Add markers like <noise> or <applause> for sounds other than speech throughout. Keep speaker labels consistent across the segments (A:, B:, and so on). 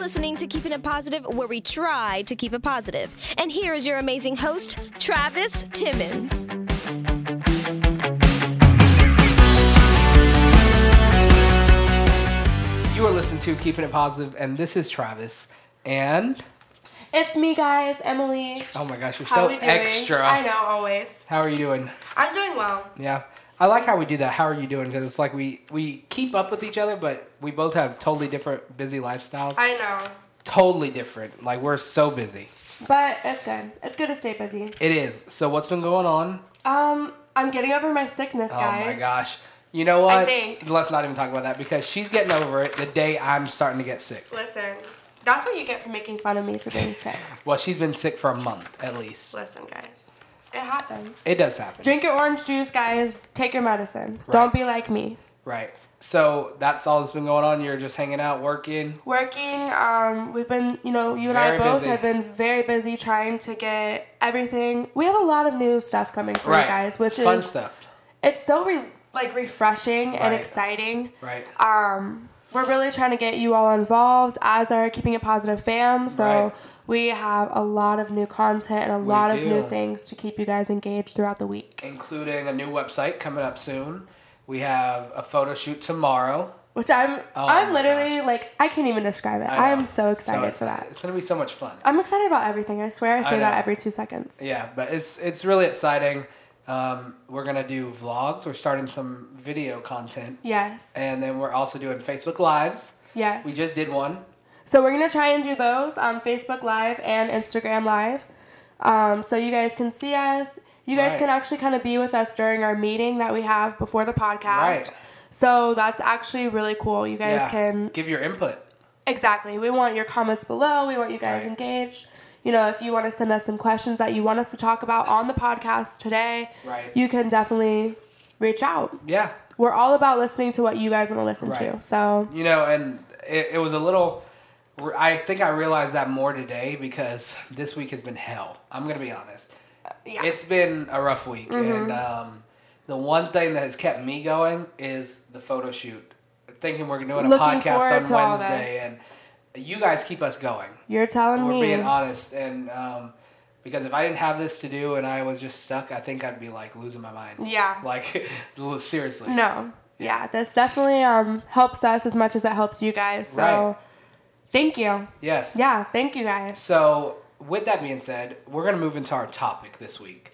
A: listening to Keeping It Positive, where we try to keep it positive. And here is your amazing host, Travis Timmons.
B: You are listening to Keeping It Positive, and this is Travis. And
C: It's me, guys. Emily.
B: oh my gosh, you're
C: How
B: so
C: we doing?
B: extra.
C: I know, always.
B: How are you doing?
C: I'm doing well.
B: Yeah, I like how we do that. How are you doing? Because it's like we we keep up with each other, but we both have totally different busy lifestyles.
C: I know.
B: totally different. Like we're so busy.
C: But it's good. It's good to stay busy.
B: It is. So what's been going on?
C: Um, I'm getting over my sickness,
B: Oh my
C: guys.
B: gosh. You know what?
C: think-
B: Let's not even talk about that because she's getting over it the day I'm starting to get sick.
C: Listen, that's what you get for making fun of me for
B: <laughs>
C: being sick.
B: Well, she's been sick for a month at least.
C: Listen, guys. It happens.
B: It does happen.
C: Drink your orange juice, guys. Take your medicine. Don't be like me.
B: Right. So that's all that's been going on. You're just hanging out, working.
C: Working, um, we've been, you know, you and
B: Very
C: I both
B: busy.
C: have been very busy trying to get everything. We have a lot of new stuff coming for
B: Right.
C: you guys, which
B: fun
C: is
B: stuff.
C: it's so re- like refreshing
B: Right.
C: and exciting.
B: Right.
C: Um, we're really trying to get you all involved as our Keeping It Positive fam. So
B: Right.
C: we have a lot of new content and a lot of
B: do.
C: new things to keep you guys engaged throughout the week,
B: Including a new website coming up soon. We have a photo shoot tomorrow.
C: which I'm
B: Oh my
C: I'm literally like I can't even describe it. I, am
B: know.
C: so excited
B: it's-
C: for that.
B: It's gonna be so much fun.
C: I'm excited about everything. I swear I say
B: I know.
C: that every two seconds.
B: Yeah, but it's it's really exciting. Um, we're gonna do vlogs. We're starting some video content,
C: Yes.
B: and then we're also doing Facebook lives.
C: Yes.
B: We just did one.
C: So we're gonna try and do those on Facebook Live and Instagram Live, um, so you guys can see us. You guys
B: Right.
C: can actually kind of be with us during our meeting that we have before the podcast.
B: Right.
C: So that's actually really cool. You guys
B: Yeah.
C: can
B: give your input.
C: exactly. We want your comments below. We want you guys
B: Right.
C: engaged. You know, if you want to send us some questions that you want us to talk about on the podcast today,
B: Right.
C: you can definitely reach out.
B: Yeah,
C: We're all about listening to what you guys want to listen to.
B: Right.
C: So
B: you know, and it, it was a little. I think I realized that more today because <laughs> this week has been hell. I'm gonna be honest.
C: yeah, Mm-hmm.
B: It's been a rough week, and um, the one thing that has kept me going is the photo shoot. Thinking we're doing a
C: Looking forward
B: podcast on
C: to all
B: Wednesday,
C: this.
B: and you guys keep us going.
C: you're telling
B: We're
C: me.
B: being honest, and um, because if I didn't have this to do and I was just stuck, I think I'd be like losing my mind.
C: Yeah.
B: <laughs> Like, seriously.
C: No. Yeah, this definitely um, helps us as much as it helps you guys. So
B: Right.
C: thank you.
B: Yes.
C: Yeah, thank you guys.
B: So, with that being said, we're going to move into our topic this week.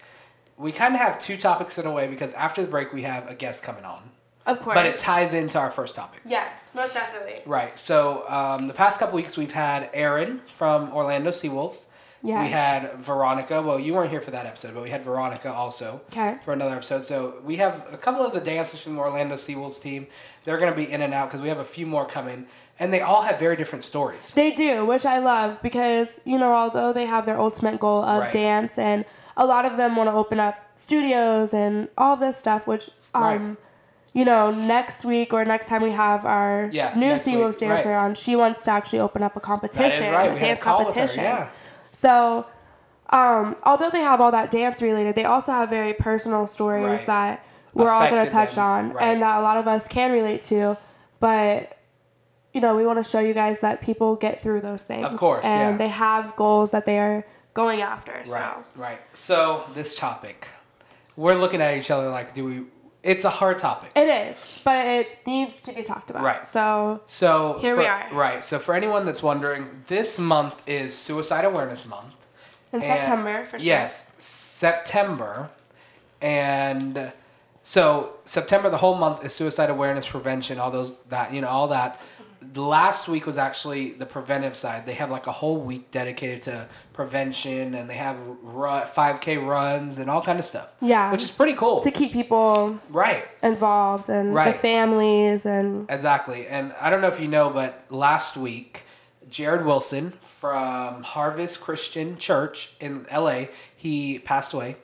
B: We kind of have two topics in a way because after the break, we have a guest coming on,
C: Of course.
B: but it ties into our first topic.
C: Yes, most definitely.
B: Right. So, um, the past couple weeks, we've had Aaron from Orlando Seawolves. We
C: Yes.
B: had Veronica. Well, you weren't here for that episode, but we had Veronica also
C: Okay.
B: for another episode. So we have a couple of the dancers from the Orlando Seawolves team. They're going to be in and out because we have a few more coming, and they all have very different stories.
C: They do, which I love because, you know, although they have their ultimate goal of
B: Right.
C: dance and a lot of them want to open up studios and all this stuff, which, um,
B: Right.
C: you know, next week or next time we have our
B: Yeah,
C: new
B: next
C: Sea Wolves
B: week,
C: dancer
B: right.
C: on, she wants to actually open up a competition, a
B: We had a
C: dance
B: call with her,
C: competition.
B: Yeah.
C: So, um, although they have all that dance related, they also have very personal stories
B: Right.
C: that we're all going
B: Affected
C: to touch
B: them,
C: on
B: right.
C: and that a lot of us can relate to. But, you know, we want to show you guys that people get through those things.
B: Of course,
C: And
B: yeah.
C: they have goals that they are going after.
B: Right.
C: So,
B: Right. So this topic, we're looking at each other like, do we? It's a hard topic.
C: it is, but it needs to be talked about.
B: Right.
C: So,
B: So
C: Here
B: for-
C: we are.
B: Right. So for anyone that's wondering, this month is Suicide Awareness Month.
C: in
B: And-
C: September, for sure.
B: Yes, September, and so September the whole month is suicide awareness prevention. All those that you know all that. The last week was actually the preventive side. They have like a whole week dedicated to prevention, and they have five k runs and all kind of stuff.
C: Yeah.
B: which is pretty cool.
C: To keep people
B: right.
C: involved and the
B: Right.
C: families and
B: Exactly. And I don't know if you know, but last week, Jared Wilson from Harvest Christian Church in LA, he passed away.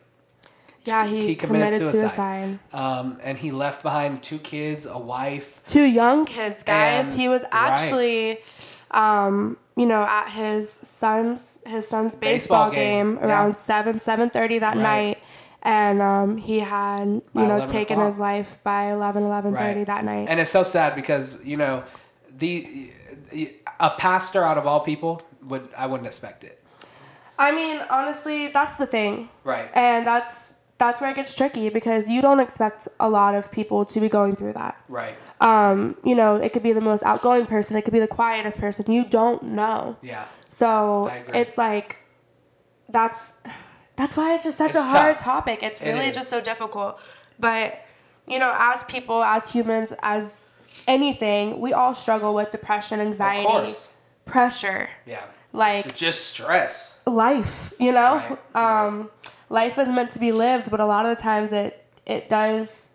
C: yeah, he, committed, suicide.
B: Um, and he left behind two kids, a wife.
C: two young kids, guys.
B: And-
C: he was
B: right.
C: actually, um, you know, at his son's his son's
B: Baseball
C: baseball,
B: game,
C: game,
B: yeah.
C: around seven seven thirty that
B: Right.
C: night, and um, he had you
B: By
C: know
B: 11
C: taken
B: o'clock.
C: his life by eleven eleven thirty that night.
B: And it's so sad because you know the a pastor out of all people would I wouldn't expect it.
C: I mean, honestly, that's the thing.
B: Right.
C: And that's that's where it gets tricky because you don't expect a lot of people to be going through that.
B: Right.
C: Um, you know, it could be the most outgoing person, it could be the quietest person. You don't know.
B: yeah.
C: So
B: I agree.
C: it's like that's that's why it's just such
B: It's
C: a hard
B: tough.
C: topic. It's
B: It
C: really
B: is.
C: just so difficult. But you know, as people, as humans, as anything, we all struggle with depression,
B: Of
C: anxiety,
B: course.
C: pressure,
B: Yeah.
C: like
B: Just stress.
C: life you know
B: Right,
C: um life is meant to be lived but a lot of the times it it does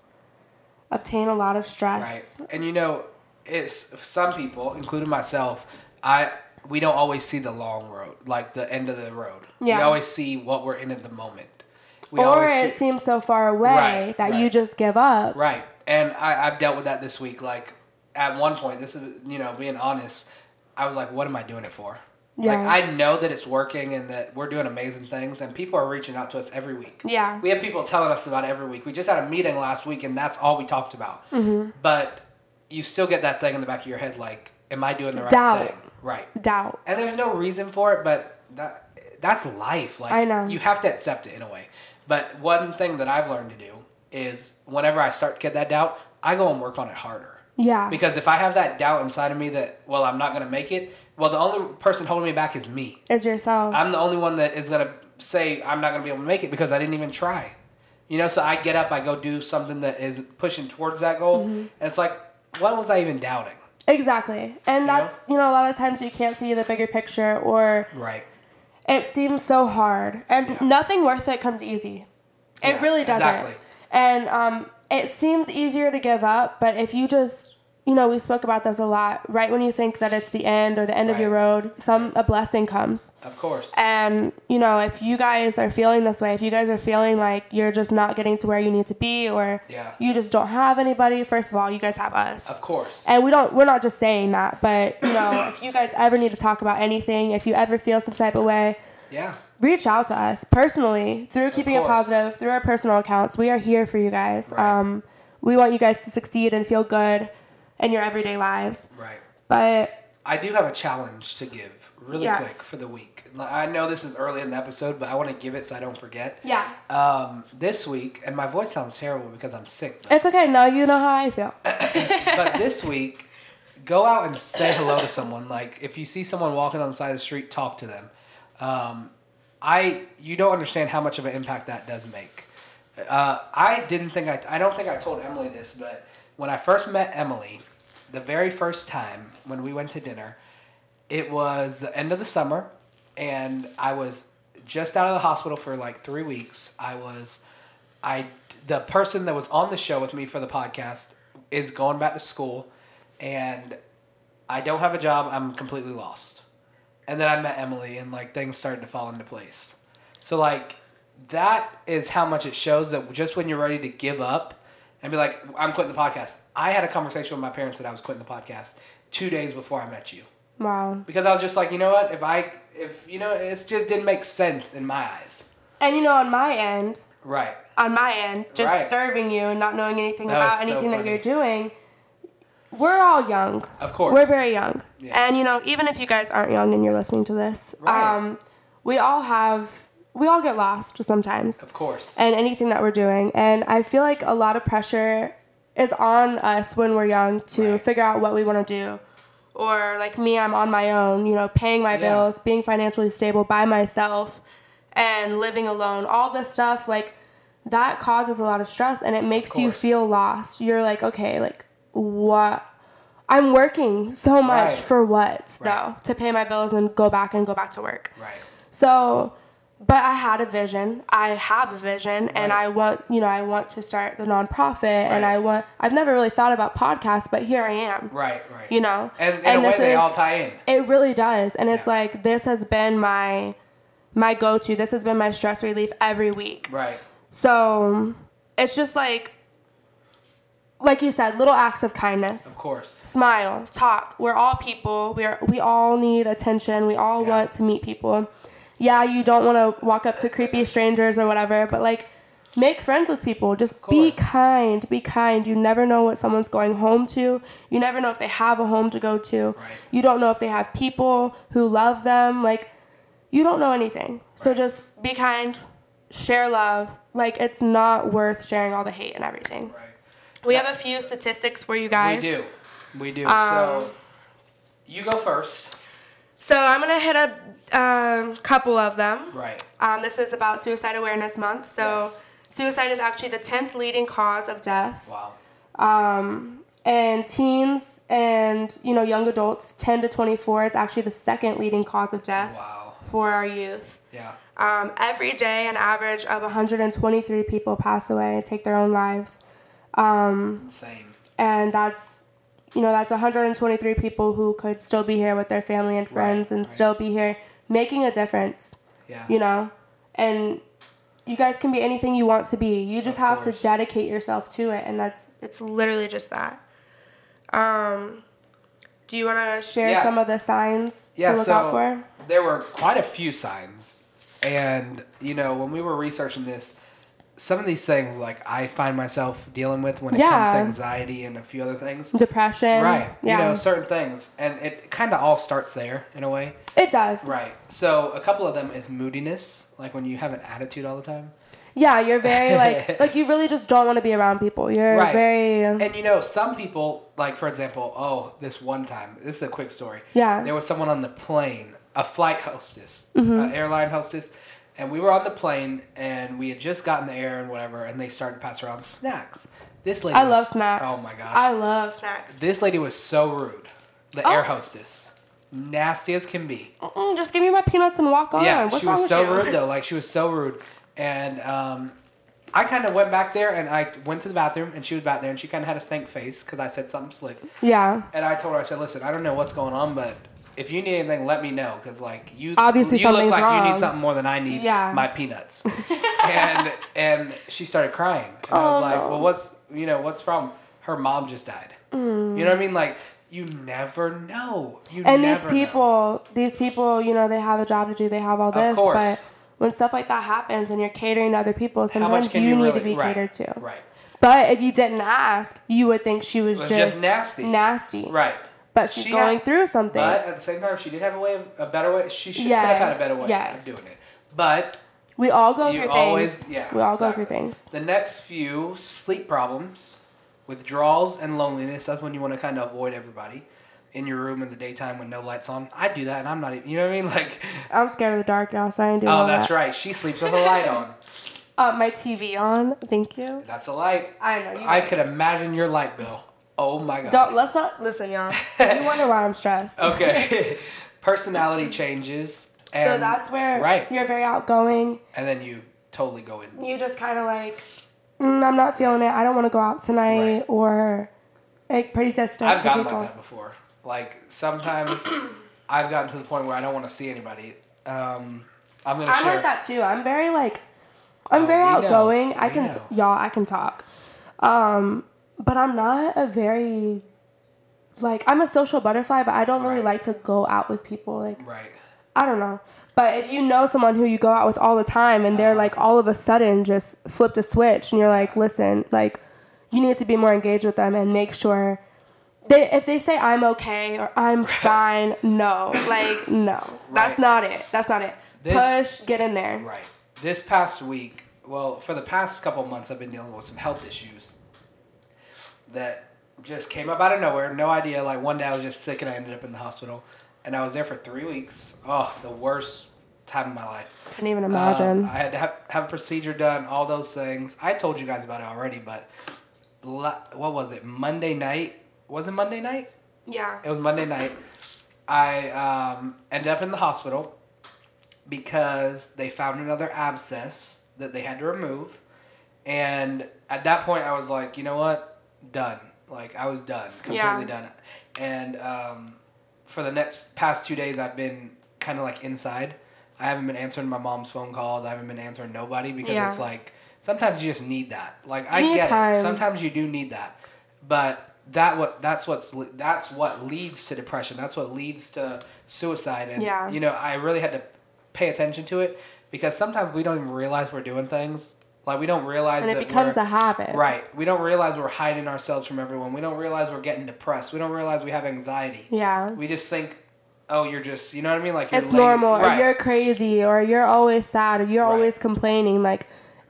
C: obtain a lot of
B: Right.
C: stress
B: And you know, it's some people, including myself, I we don't always see the long road, like the end of the road. We
C: Yeah.
B: always see what we're in at the moment. We
C: or
B: always
C: it
B: see,
C: seems so far away
B: Right,
C: that you
B: right.
C: just give up
B: Right. And I, I've dealt with that this week. Like at one point, this is you know, being honest, I was like, What am I doing it for?
C: Yeah.
B: Like I know that it's working and that we're doing amazing things and people are reaching out to us every week.
C: Yeah.
B: We have people telling us about it every week. We just had a meeting last week and that's all we talked about.
C: Mm-hmm.
B: But you still get that thing in the back of your head like, Am I doing the right
C: Doubt.
B: thing? Right.
C: doubt
B: And there's no reason for it, but that that's life. Like
C: I know.
B: you have to accept it in a way. But one thing that I've learned to do is whenever I start to get that doubt, I go and work on it harder.
C: yeah
B: Because if I have that doubt inside of me that, well, I'm not going to make it, well, the only person holding me back is me.
C: it's yourself
B: I'm the only one that is gonna say I'm not gonna be able to make it because I didn't even try. You know, so I get up, I go do something that is pushing towards that goal,
C: Mm-hmm.
B: and it's like, what was I even doubting?
C: exactly and that's you know a lot of times you can't see the bigger picture or
B: Right.
C: it seems so hard and nothing worth it comes easy it
B: Yeah,
C: really doesn't
B: exactly.
C: and um, it seems easier to give up but if you just you know we spoke about this a lot right when you think that it's the end or the end of your
B: Right.
C: road some a blessing comes
B: Of course.
C: and you know if you guys are feeling this way if you guys are feeling like you're just not getting to where you need to be or
B: Yeah.
C: you just don't have anybody first of all you guys have us
B: Of course.
C: and we don't we're not just saying that but you know
B: <coughs>
C: if you guys ever need to talk about anything if you ever feel some type of way
B: Yeah.
C: reach out to us personally through keeping it
B: course.
C: positive through our personal accounts we are here for you guys
B: Right.
C: um, we want you guys to succeed and feel good in your everyday lives
B: Right.
C: but
B: I do have a challenge to give really
C: Yes.
B: quick for the week. I know this is early in the episode, but I want to give it so I don't forget.
C: yeah
B: Um, this week, and my voice sounds terrible because I'm sick. But,
C: it's okay now you know how i
B: <coughs>
C: feel
B: but this week, go out and say hello to someone. Like if you see someone walking on the side of the street, talk to them. Um, I you don't understand how much of an impact that does make. Uh, I didn't think I I don't think I told Emily this, but when I first met Emily, the very first time when we went to dinner, it was the end of the summer, and I was just out of the hospital for like three weeks. I was, I the person that was on the show with me for the podcast is going back to school, and I don't have a job. I'm completely lost. And then I met Emily, and like things started to fall into place. So like that is how much it shows that just when you're ready to give up and be like, I'm quitting the podcast. I had a conversation with my parents that I was quitting the podcast two days before I met you
C: wow
B: because I was just like, you know what? If I if you know, it just didn't make sense in my eyes.
C: and you know on my end
B: Right.
C: on my end just
B: Right.
C: serving you and not knowing anything
B: That was
C: about
B: so
C: anything that
B: funny.
C: you're doing we're all young
B: Of course.
C: we're very young
B: Yeah.
C: and you know even if you guys aren't young and you're listening to this
B: Right.
C: um, we all have we all get lost sometimes
B: Of course.
C: and anything that we're doing. And I feel like a lot of pressure is on us when we're young to
B: Right.
C: figure out what we want to do. Or like me, I'm on my own, you know, paying my
B: Yeah.
C: bills, being financially stable by myself, and living alone. All this stuff, like, that causes a lot of stress and it makes you
B: course.
C: feel lost. You're like, okay, like, what? I'm working so much
B: Right.
C: for what, though?
B: Right.
C: To pay my bills and go back and go back to work.
B: Right.
C: So, but I had a vision. I have a vision, and
B: Right.
C: I want you know I want to start the nonprofit, and
B: Right.
C: I want. I've never really thought about podcasts, but here I am.
B: Right. Right.
C: You know,
B: And in a way, they all tie in.
C: It really does, and it's
B: Yeah.
C: like this has been my my go to. This has been my stress relief every week.
B: Right.
C: So it's just like. Like you said, little acts of kindness
B: Of course.
C: smile, talk. We're all people. We are. We all need attention. We all
B: Yeah.
C: want to meet people. Yeah, you don't want to walk up to creepy strangers or whatever, but like, Make friends with people. Just be
B: course.
C: kind. Be kind. You never know what someone's going home to. You never know if they have a home to go to. You don't know if they have people who love them. Like, you don't know anything. So just be kind. Share love. Like, it's not worth sharing all the hate and everything.
B: Right.
C: We have a few statistics for you guys. um,
B: We do. We do. so you go first.
C: So I'm gonna hit a um, couple of them.
B: Right.
C: Um, this is about Suicide Awareness Month. So
B: Yes.
C: suicide is actually the tenth leading cause of death.
B: Wow.
C: Um, and teens and you know young adults, 10 to 24, is actually the second leading cause of death
B: Wow.
C: for our youth.
B: Yeah.
C: Um, every day, an average of 123 people pass away and take their own lives.
B: Insane.
C: and that's you know that's 123 people who could still be here with their family and friends and
B: right.
C: still be here making a difference
B: Yeah.
C: you know and you guys can be anything you want to be you just
B: Of
C: have
B: course.
C: to dedicate yourself to it and that's it's literally just that um do you want to share
B: Yeah.
C: some of the signs
B: yeah,
C: to look
B: so
C: out for
B: There were quite a few signs. And, you know, when we were researching this, some of these things like I find myself dealing with when it comes to
C: Yeah.
B: anxiety and a few other things.
C: depression
B: Right.
C: yeah
B: You know, certain things. And it kind of all starts there in a way.
C: it does
B: Right. So a couple of them is moodiness, like when you have an attitude all the time.
C: yeah you're very like
B: <laughs>
C: like you really just don't want to be around people you're
B: Right.
C: very um,
B: And you know, some people, like for example, oh, this one time, this is a quick story.
C: Yeah. Mm-hmm.
B: There was someone on the plane, a flight hostess, a airline hostess, and we were on the plane and we had just gotten the air and whatever, and they started to pass around snacks. This lady,
C: i
B: was-
C: love snacks
B: Oh my gosh,
C: i love snacks
B: this lady was so rude. The
C: Oh.
B: air hostess, nasty as can be.
C: Mm, just give me my peanuts and walk on.
B: Yeah,
C: What's
B: she
C: wrong
B: was
C: with
B: so
C: you?
B: rude though. Like she was so rude, and um, I kind of went back there and I went to the bathroom and she was back there and she kind of had a stank face because I said something slick.
C: Yeah.
B: And I told her, I said, listen, I don't know what's going on, but if you need anything, let me know because like you
C: Obviously
B: you look
C: something's
B: like you
C: wrong.
B: need something more than I need.
C: Yeah.
B: my
C: <laughs>
B: peanuts. and and she started crying. And I was
C: Oh,
B: like,
C: no.
B: well, what's you know what's the problem? Her mom just died. You know what I mean? Like you never know. You
C: And these
B: never know.
C: people, these people, you know, they have a job to do. They have all this,
B: course.
C: but when stuff like that happens and you're catering to other people, sometimes you, need
B: really-
C: to be
B: right,
C: catered to.
B: Right.
C: But if you didn't ask, you would think she was,
B: Was
C: just,
B: just nasty.
C: Nasty.
B: Right.
C: But she's
B: She
C: going
B: had-
C: through something.
B: But at the same time, she did have a way of a better way. She should could have had a
C: Yes,
B: better way
C: yes.
B: of doing it. But
C: we all go
B: you
C: through
B: always
C: things.
B: yeah.
C: we all go
B: exactly.
C: through things.
B: The next few sleep problems, withdrawals, and loneliness. That's when you want to kind of avoid everybody in your room in the daytime with no lights on. I do that, and I'm not even. You know what I mean? <laughs> Like,
C: I'm scared of the dark, y'all, so I ain't doing all
B: oh, that's
C: that.
B: right. She sleeps with a light
C: <laughs>
B: on.
C: Uh, my TV on. Thank you.
B: That's a light.
C: I know. You
B: I could imagine your light bill. Oh my god.
C: Don't, let's not listen,
B: <laughs>
C: y'all. You wonder why I'm stressed. <laughs>
B: Okay. <laughs> Personality changes. And,
C: so that's where
B: right,
C: you're very outgoing.
B: and then you totally go in.
C: You just kind of like, mm, I'm not feeling it. I don't want to go out tonight
B: Right.
C: or like pretty distant
B: I've
C: from
B: gotten
C: people.
B: like that before. Like
C: <clears throat>
B: sometimes I've gotten to the point where I don't want to see anybody. Um, I'm gonna
C: I'm
B: share.
C: like that too. I'm very like, I'm
B: Oh,
C: very
B: we know.
C: outgoing. I
B: We
C: can,
B: know.
C: y'all, I can talk. Um, but I'm not a very, like, I'm a social butterfly, but I don't really
B: Right.
C: like to go out with people. Like,
B: Right.
C: I don't know. But if you know someone who you go out with all the time and they're like all of a sudden just flipped a switch and you're like, listen, like you need to be more engaged with them and make sure they if they say I'm okay or
B: <laughs>
C: I'm fine, no. Like no. That's
B: Right.
C: not it. That's not it.
B: This-
C: Push, get in there.
B: Right. This past week, well, for the past couple months, I've been dealing with some health issues that just came up out of nowhere. No idea. Like one day I was just sick and I ended up in the hospital, and I was there for three weeks. Oh, the worst time of my life.
C: Couldn't even
B: Um,
C: imagine.
B: I had to have, have a procedure done, all those things. I told you guys about it already, but la- what was it? Monday night? Was it Monday night? It
C: yeah.
B: was Monday night. I um, ended up in the hospital because they found another abscess that they had to remove. And at that point, I was like, you know what? Done. Like, I was done. Completely
C: Yeah.
B: done. And um, for the next past two days, I've been kind of like inside. I haven't been answering my mom's phone calls. I haven't been answering nobody because
C: Yeah.
B: it's like sometimes you just need that. Like, I
C: need
B: get
C: time.
B: it. Sometimes you do need that, but that what that's what's le- that's what leads to depression. That's what leads to suicide. And
C: Yeah.
B: you know, I really had to pay attention to it because sometimes we don't even realize we're doing things Like we don't realize
C: And it
B: that
C: becomes
B: we're-
C: a habit.
B: Right. We don't realize we're hiding ourselves from everyone. We don't realize we're getting depressed. We don't realize we have anxiety.
C: Yeah.
B: We just think, oh, you're just, you know what I mean? Like you're
C: it's
B: lazy.
C: normal
B: Right.
C: or you're crazy or you're always sad or you're
B: Right.
C: always complaining like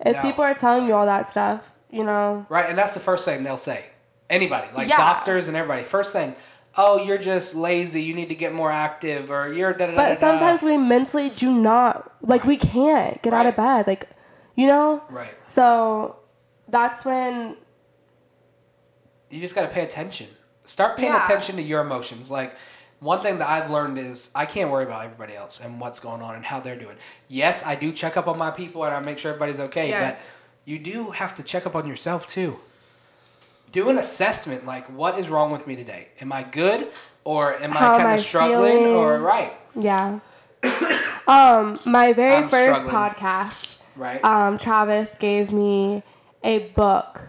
C: if
B: No.
C: people are telling you all that stuff you know
B: Right, and that's the first thing they'll say. Anybody, like
C: Yeah.
B: doctors and everybody, first thing, oh, you're just lazy. You need to get more active, or you're da da da.
C: but sometimes we mentally do not like we can't get out of bed like you know
B: Right.
C: so that's when
B: you just got to pay attention. Start paying
C: Yeah.
B: attention to your emotions. Like one thing that I've learned is I can't worry about everybody else and what's going on and how they're doing. Yes, I do check up on my people and I make sure everybody's okay,
C: Yes.
B: but you do have to check up on yourself too. Do an assessment like what is wrong with me today? Am I good or am I
C: How am
B: kind
C: I
B: of struggling or
C: feeling?
B: right? <coughs>
C: yeah um my very
B: I'm
C: first
B: struggling.
C: podcast
B: Right.
C: um travis gave me a book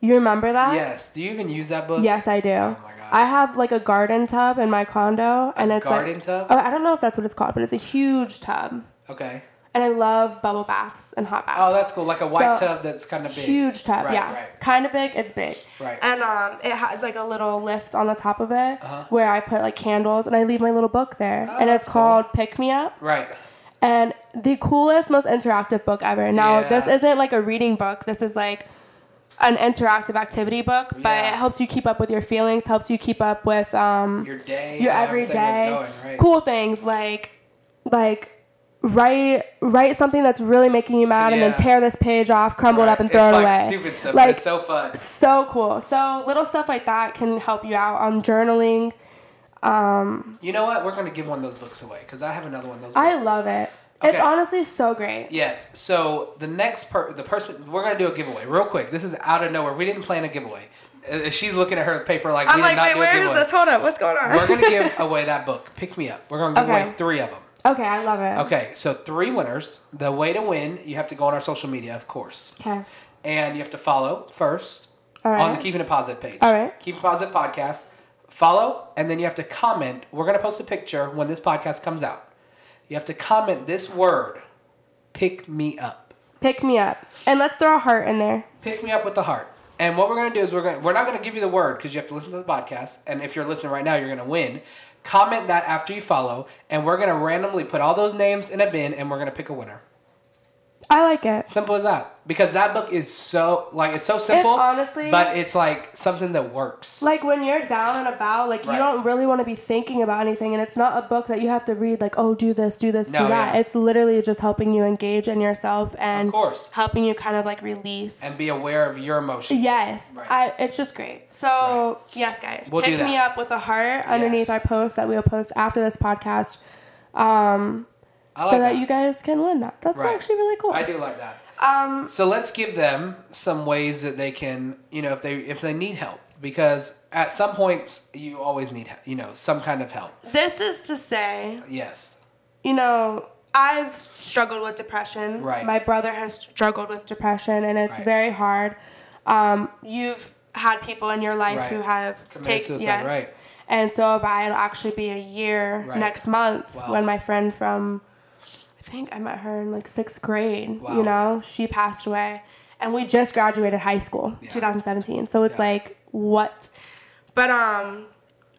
C: you remember that
B: Yes. Do you even use that book?
C: Yes, I do.
B: Oh my gosh.
C: I have like a garden tub in my condo, and it's
B: garden
C: like,
B: tub?
C: Oh, I don't know if that's what it's called, but it's a huge tub,
B: Okay.
C: and I love bubble baths and hot baths.
B: Oh, that's cool. Like a white
C: So,
B: tub that's kind of big.
C: Huge tub,
B: Right,
C: yeah,
B: right.
C: kind of big. It's big,
B: Right.
C: And um, it has like a little lift on the top of it where I put like candles, and I leave my little book there, and it's
B: Uh-huh. Oh, that's cool.
C: called Pick Me Up,
B: Right.
C: and the coolest, most interactive book ever. Now,
B: Yeah.
C: this isn't like a reading book. This is like an interactive activity book, but
B: Yeah.
C: it helps you keep up with your feelings, helps you keep up with um,
B: Your day.
C: your
B: how
C: everyday
B: everything is Going, right.
C: cool things like like write write something that's really making you mad and then
B: Yeah.
C: tear this page off, crumble it up and
B: It's
C: throw
B: like
C: it away.
B: Stupid stuff. but
C: Like
B: it's so fun.
C: so cool. So little stuff like that can help you out. Um journaling.
B: You know what? We're gonna give one of those books away because I have another one of those. Books.
C: I love it. It's
B: Okay.
C: honestly so great.
B: Yes. So the next per the person we're gonna do a giveaway real quick. This is out of nowhere. We didn't plan a giveaway. Uh, She's looking at her paper like
C: I'm
B: we
C: like,
B: did not
C: wait,
B: do
C: where
B: a
C: is
B: giveaway.
C: this? Hold up, what's going on?
B: We're gonna give away that book. Pick me up. We're
C: <laughs>
B: gonna give
C: Okay.
B: away three of them.
C: Okay, I love it.
B: Okay. So three winners. The way to win, you have to go on our social media, of course.
C: Okay.
B: and you have to follow first
C: All
B: on
C: right.
B: the Keeping It Positive page.
C: All right.
B: Keep It Positive podcast. Follow, and then you have to comment. We're gonna post a picture when this podcast comes out. You have to comment this word, "Pick me up."
C: Pick me up. And let's throw a heart in there.
B: Pick me up with the heart. And what we're gonna do is we're gonna we're not gonna give you the word because you have to listen to the podcast. And if you're listening right now, you're gonna win. Comment that after you follow, and we're gonna randomly put all those names in a bin, and we're gonna pick a winner.
C: I like it.
B: Simple as that. Because that book is so like it's so simple.
C: honestly-
B: but it's like something that works.
C: Like when you're down and about, like
B: Right.
C: you don't really want to be thinking about anything, and it's not a book that you have to read. Like, oh, do this, do this,
B: No,
C: do that.
B: yeah.
C: It's literally just helping you engage in yourself and
B: Of course.
C: helping you kind of like release.
B: and be aware of your emotions.
C: yes,
B: Right.
C: I, it's just great. So yes, guys,
B: We'll do
C: pick me
B: that.
C: up with a heart underneath
B: Yes.
C: our post that we'll post after this podcast, um,
B: I like
C: so that you guys can win that. That's
B: Right.
C: actually really cool.
B: I do like that.
C: Um,
B: So let's give them some ways that they can, you know, if they if they need help, because at some points you always need, he- you know, some kind of help.
C: this is to say
B: Yes.
C: you know, I've struggled with depression.
B: Right.
C: My brother has struggled with depression, and it's
B: Right.
C: very hard. Um, you've had people in your life
B: Right.
C: who have
B: Committed
C: taken
B: suicide,
C: yes,
B: right.
C: and so have I. It'll actually be a year
B: Right.
C: next month
B: Wow.
C: when my friend from, I think I met her in like sixth grade.
B: Wow.
C: You know, she passed away, and we just graduated high school, 2017. So it's
B: Yeah.
C: like what, but um,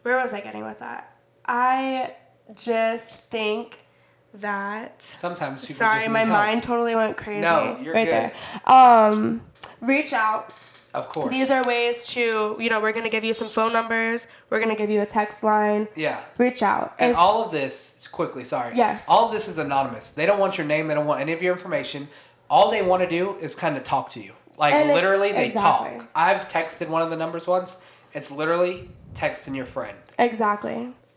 C: where was I getting with that? I just think that.
B: Sometimes people
C: Sorry,
B: just
C: my
B: need help.
C: mind totally went crazy.
B: No, you're
C: right
B: good.
C: there. Um, reach out.
B: Of course.
C: These are ways to, you know, we're gonna give you some phone numbers. We're gonna give you a text line.
B: yeah.
C: Reach out.
B: And
C: If-
B: all of this quickly, sorry.
C: Yes.
B: All of this is anonymous. They don't want your name. They don't want any of your information. All they want to do is kind of talk to you. Like
C: And if-
B: literally, they
C: exactly.
B: talk. I've texted one of the numbers once. It's literally texting your friend.
C: exactly.
B: And,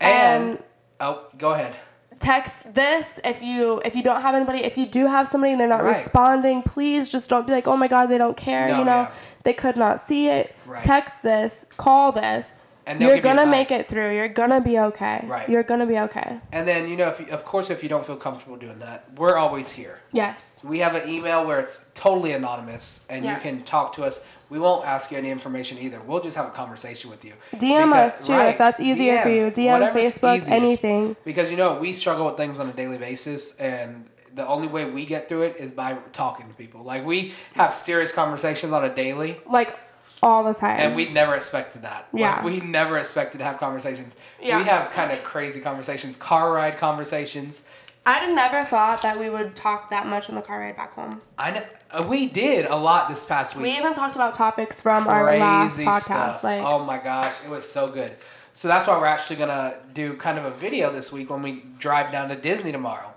C: And,
B: oh, go ahead.
C: text this if you if you don't have anybody. If you do have somebody and they're not
B: Right.
C: responding, please just don't be like, oh my god, they don't care.
B: No,
C: you know,
B: yeah.
C: they could not see it.
B: Right.
C: Text this. Call this.
B: And they'll
C: you're
B: give you
C: gonna make
B: advice.
C: it through. You're gonna be okay.
B: Right.
C: You're gonna be okay.
B: And then you know, if you, of course, if you don't feel comfortable doing that, we're always here.
C: Yes.
B: We have an email where it's totally anonymous, and
C: Yes.
B: you can talk to us. We won't ask you any information either. We'll just have a conversation with you.
C: DM
B: Because-
C: us, too, if that's easier for you. DM,
B: whatever's
C: Facebook, anything.
B: Because you know we struggle with things on a daily basis, and the only way we get through it is by talking to people. Like we have serious conversations on a daily,
C: like all the time.
B: and we never expected that. Like,
C: Yeah.
B: we never expected to have conversations.
C: Yeah.
B: We have kind of crazy conversations, car ride conversations.
C: I'd have never thought that we would talk that much on the car ride back home.
B: I know, uh, we did a lot this past week.
C: We even talked about topics from our last
B: crazy
C: podcast.
B: stuff.
C: Like,
B: oh my gosh, it was so good. So that's why we're actually gonna do kind of a video this week when we drive down to Disney tomorrow,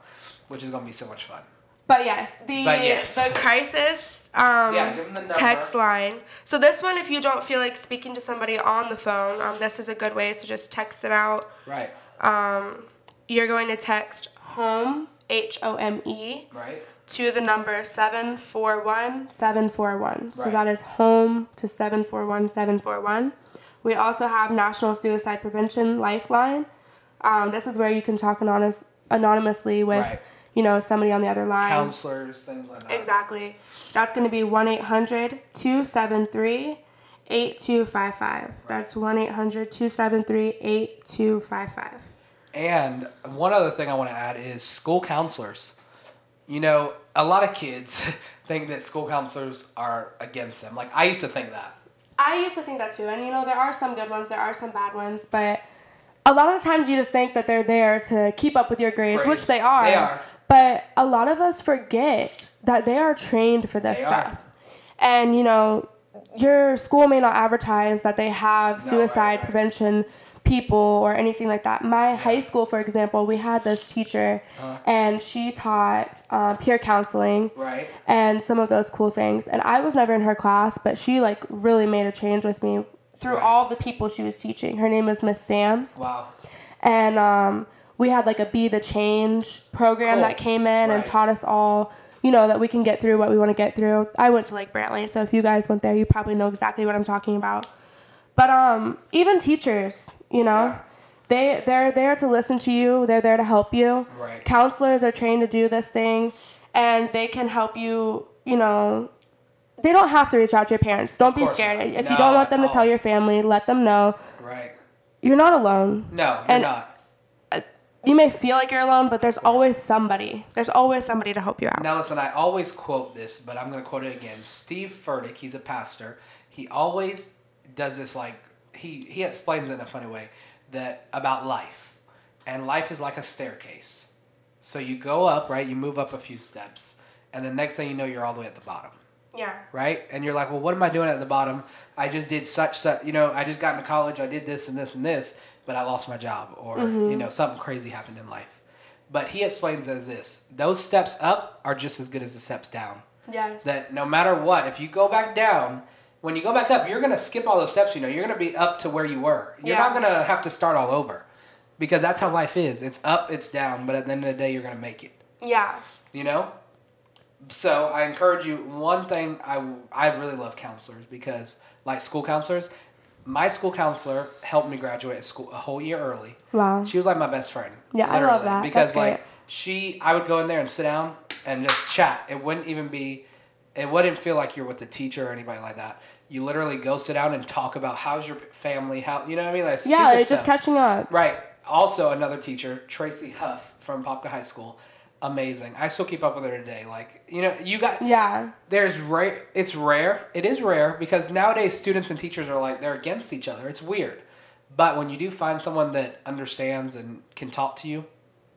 B: which is gonna be so much fun.
C: but yes, the
B: But yes.
C: the crisis um,
B: Yeah, give 'em the number.
C: text line. So this one, if you don't feel like speaking to somebody on the phone, um, this is a good way to just text it out.
B: Right.
C: Um, you're going to text home H O M E
B: Right.
C: to the number 741 741. So
B: Right.
C: that is home to 741 741. We also have National Suicide Prevention Lifeline. Um, this is where you can talk anonymous, anonymously with,
B: Right.
C: you know, somebody on the other line.
B: Counselors, things like that.
C: Exactly. That's going to be 1 800 273 8255. That's 1 800 273 8255.
B: And one other thing I want to add is school counselors. You know, a lot of kids <laughs> think that school counselors are against them. Like I used to think that.
C: I used to think that too, and you know there are some good ones, there are some bad ones, but a lot of the times you just think that they're there to keep up with your grades,
B: Grades.
C: which they are.
B: They are.
C: But a lot of us forget that they are trained for this
B: They
C: stuff,
B: are.
C: and you know your school may not advertise that they have
B: No,
C: suicide
B: right, right.
C: prevention people or anything like that. My high school, for example, we had this teacher, and she taught um, peer counseling
B: Uh-huh. Right.
C: and some of those cool things. And I was never in her class, but she like really made a change with me through
B: Right.
C: all the people she was teaching. Her name is Miss Sams,
B: Wow.
C: and um, we had like a Be the Change program
B: Cool.
C: that came in and
B: Right.
C: taught us all. You know that we can get through what we want to get through. I went to Lake Brantley, so if you guys went there, you probably know exactly what I'm talking about. But um, even teachers, you know,
B: Yeah.
C: they they're there to listen to you. They're there to help you.
B: Right.
C: Counselors are trained to do this thing, and they can help you. You know, they don't have to reach out to your parents. Don't be
B: course
C: scared.
B: not.
C: If you
B: No,
C: don't want them to
B: no.
C: tell your family, let them know
B: Right.
C: you're not alone.
B: No, you're
C: And-
B: not.
C: You may feel like you're alone, but there's always somebody. There's always somebody to help you out.
B: Now, listen, I always quote this, but I'm going to quote it again. Steve Furtick, he's a pastor. He always does this, like, he, he explains it in a funny way that about life. And life is like a staircase. So you go up, right? You move up a few steps. And the next thing you know, you're all the way at the bottom,
C: Yeah.
B: right? And you're like, well, what am I doing at the bottom? I just did such, such, you know, I just got into college. I did this and this and this, but I lost my job or,
C: Mm-hmm.
B: you know, something crazy happened in life. But he explains as this those steps up are just as good as the steps down
C: Yes.
B: that no matter what, if you go back down, when you go back up, you're gonna skip all those steps. You know, you're gonna be up to where you were. You're
C: Yeah.
B: not gonna have to start all over, because that's how life is. It's up, it's down, but at the end of the day, you're gonna make it.
C: yeah.
B: You know. So I encourage you. One thing I I really love counselors because like school counselors, my school counselor helped me graduate school a whole year early.
C: Wow.
B: She was like my best friend.
C: Yeah, I love
B: literally,
C: that.
B: Because
C: That's
B: like
C: great.
B: she I would go in there and sit down and just chat. It wouldn't even be it wouldn't feel like you're with a teacher or anybody like that. You literally go sit down and talk about how's your family, how you know what I mean? Like
C: Yeah,
B: stupid
C: it's just
B: stuff.
C: catching up.
B: Right. Also another teacher, Tracy Huff from Popka High School. Amazing. I still keep up with her today. Like, you know, you got
C: Yeah.
B: there's rare it's rare it is rare because nowadays students and teachers are like they're against each other it's weird but when you do find someone that understands and can talk to you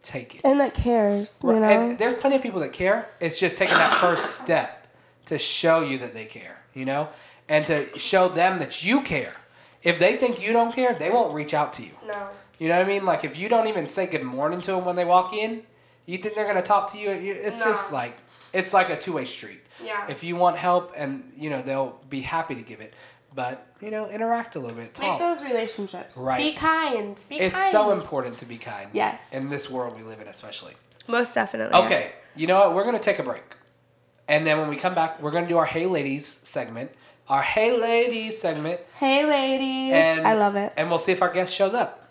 B: take it
C: And that cares, you know.
B: and there's plenty of people that care it's just taking that
C: <coughs>
B: first step to show you that they care you know and to show them that you care if they think you don't care they won't reach out to you
C: no.
B: you know what i mean like if you don't even say good morning to them when they walk in you think they're going to talk to you it's
C: No.
B: just like it's like a two-way street
C: Yeah.
B: if you want help and you know they'll be happy to give it but you know interact a little bit
C: Make
B: talk
C: those relationships.
B: Right.
C: Be kind. Be
B: it's
C: kind.
B: so important to be kind
C: Yes.
B: in this world we live in especially
C: Most definitely.
B: okay you know what we're gonna take a break and then when we come back we're gonna do our hey ladies segment our hey ladies segment
C: Hey, ladies.
B: and
C: I love it.
B: and we'll see if our guest shows up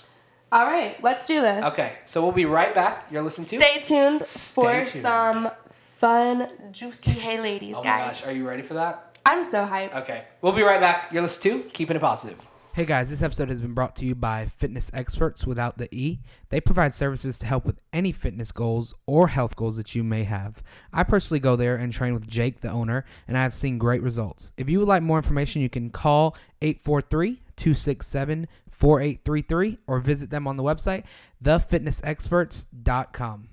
C: All right, let's do this.
B: okay so we'll be right back you're listening to
C: Stay tuned
B: Stay
C: for
B: tuned.
C: some fun, juicy Hey Ladies,
B: oh my
C: guys.
B: gosh are you ready for that
C: I'm so hyped.
B: okay we'll be right back you're listening to keeping it positive
D: Hey guys, this episode has been brought to you by Fitness Experts without the E. They provide services to help with any fitness goals or health goals that you may have. I personally go there and train with Jake, the owner, and I have seen great results. If you would like more information, you can call 843 267 4833 or visit them on the website, thefitnessexperts.com.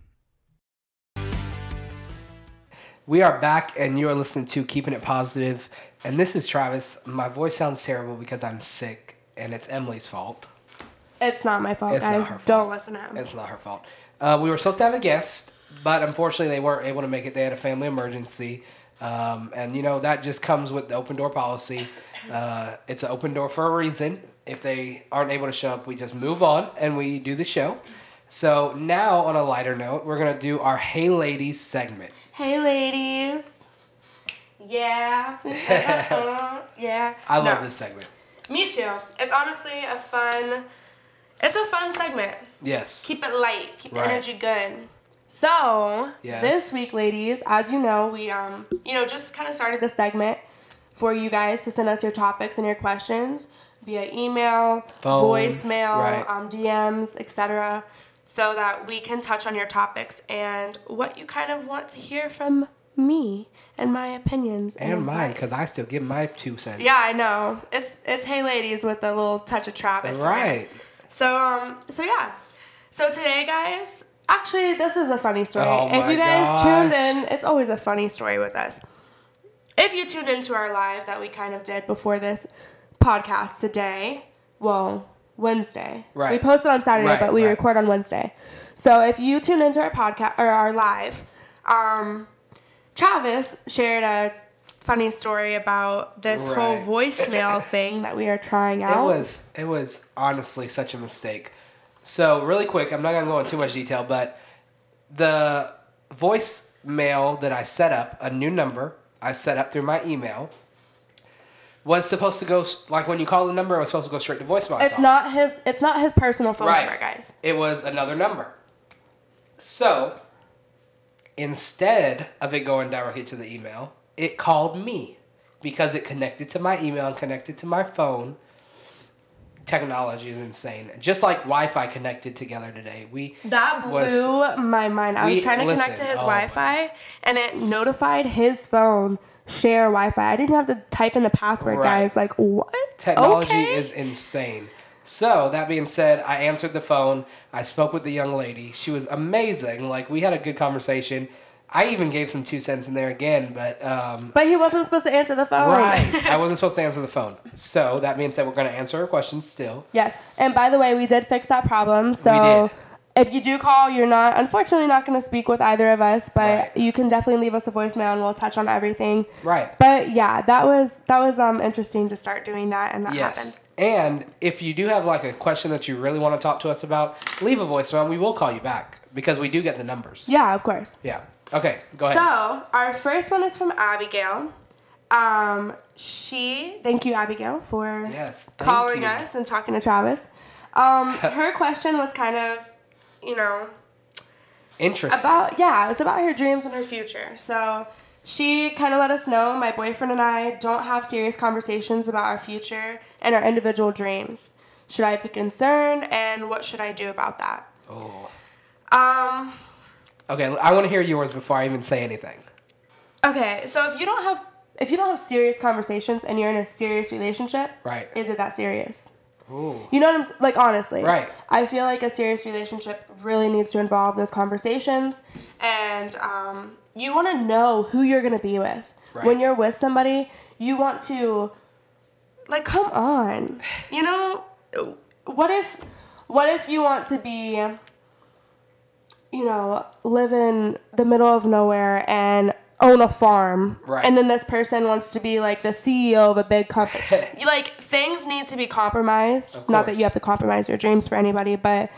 B: We are back, and you are listening to Keeping It Positive, and this is Travis. My voice sounds terrible because I'm sick, and it's Emily's fault.
C: It's not my fault,
B: It's not
C: guys.
B: her fault.
C: Don't listen to him.
B: It's not her fault. Uh, we were supposed to have a guest, but unfortunately, they weren't able to make it. They had a family emergency, um, and you know that just comes with the open door policy. Uh, it's an open door for a reason. If they aren't able to show up, we just move on and we do the show. So now, on a lighter note, we're gonna do our "Hey Ladies" segment.
C: Hey, ladies.
B: <laughs>
C: Yeah. yeah.
B: I love
C: No.
B: this segment.
C: Me too. It's honestly a fun. It's a fun segment.
B: Yes.
C: Keep it light. Keep
B: Right.
C: the energy good. So
B: Yes.
C: this week, ladies, as you know, we um, you know, just kind of started this segment for you guys to send us your topics and your questions via email,
B: Phone,
C: voicemail,
B: right.
C: um, DMs, etc. So that we can touch on your topics and what you kind of want to hear from me and my opinions and,
B: and mine, because
C: advice.
B: I still give my two cents.
C: Yeah, I know. It's it's hey ladies with a little touch of Travis. in it.
B: Right.
C: So um so yeah. So today guys, actually this is a funny story.
B: Oh
C: if
B: my
C: you guys
B: gosh.
C: tuned in, it's always a funny story with us. If you tuned into our live that we kind of did before this podcast today, well, Wednesday.
B: Right.
C: We posted on Saturday,
B: Right,
C: but we
B: right.
C: record on Wednesday. So if you tuned into our podcast or our live, um Travis shared a funny story about this whole
B: Right. <laughs>
C: voicemail thing that we are trying out.
B: It was it was honestly such a mistake. So really quick, I'm not gonna go into too much detail, but the voicemail that I set up, a new number I set up through my email, was supposed to go s- like when you call the number, it was supposed to go straight to voicemail. I
C: It's
B: thought.
C: not his. It's not his personal phone number, guys.
B: It was another number. So instead of it going directly to the email, it called me because it connected to my email and connected to my phone. Technology is insane. Just like Wi-Fi connected together today, we
C: That blew
B: was-
C: my mind. I
B: We-
C: was trying to connect to
B: listen,
C: his
B: oh my-
C: Wi-Fi, and it notified his phone share Wi-Fi. I didn't have to type in the password,
B: Right.
C: guys. Like what?
B: Technology
C: Okay.
B: is insane. So, that being said, I answered the phone. I spoke with the young lady. She was amazing. Like, we had a good conversation. I even gave some two cents in there again, but um,
C: But he wasn't supposed to answer the phone. <laughs>
B: Right. I wasn't supposed to answer the phone. So that being said, we're going to answer her questions still.
C: Yes. And by the way, we did fix that problem. So if you do call, you're not unfortunately not going to speak with either of us, but
B: Right.
C: you can definitely leave us a voicemail and we'll touch on everything.
B: Right.
C: But yeah, that was that was um interesting to start doing that and that happened.
B: Yes. And if you do have like a question that you really want to talk to us about, leave a voicemail. and We will call you back because we do get the numbers.
C: Yeah, of course.
B: Yeah. Okay. Go ahead.
C: So our first one is from Abigail. Um, she thank you Abigail for
B: Yes, thank
C: calling
B: you.
C: us and talking to Travis.
B: <laughs>
C: Um, her question was kind of, you know,
B: Interesting.
C: about yeah, it was about her dreams and her future. So she kind of let us know my boyfriend and I don't have serious conversations about our future and our individual dreams. Should I be concerned and what should I do about that?
B: oh.
C: Um,
B: Okay. I want to hear yours before I even say anything.
C: Okay, so if you don't have if you don't have serious conversations and you're in a serious relationship,
B: Right.
C: Is it that serious?
B: Ooh.
C: You know what I'm s- like honestly.
B: Right.
C: I feel like a serious relationship really needs to involve those conversations and um, you want to know who you're going to be with.
B: Right.
C: When you're with somebody, you want to like come on. You know, what if what if you want to be you know, live in the middle of nowhere and own a farm.
B: Right.
C: And then this person wants to be like the CEO of a big company.
B: <laughs>
C: You- like things need to be compromised.
B: Of
C: Not that
B: course.
C: you have to compromise your dreams for anybody, but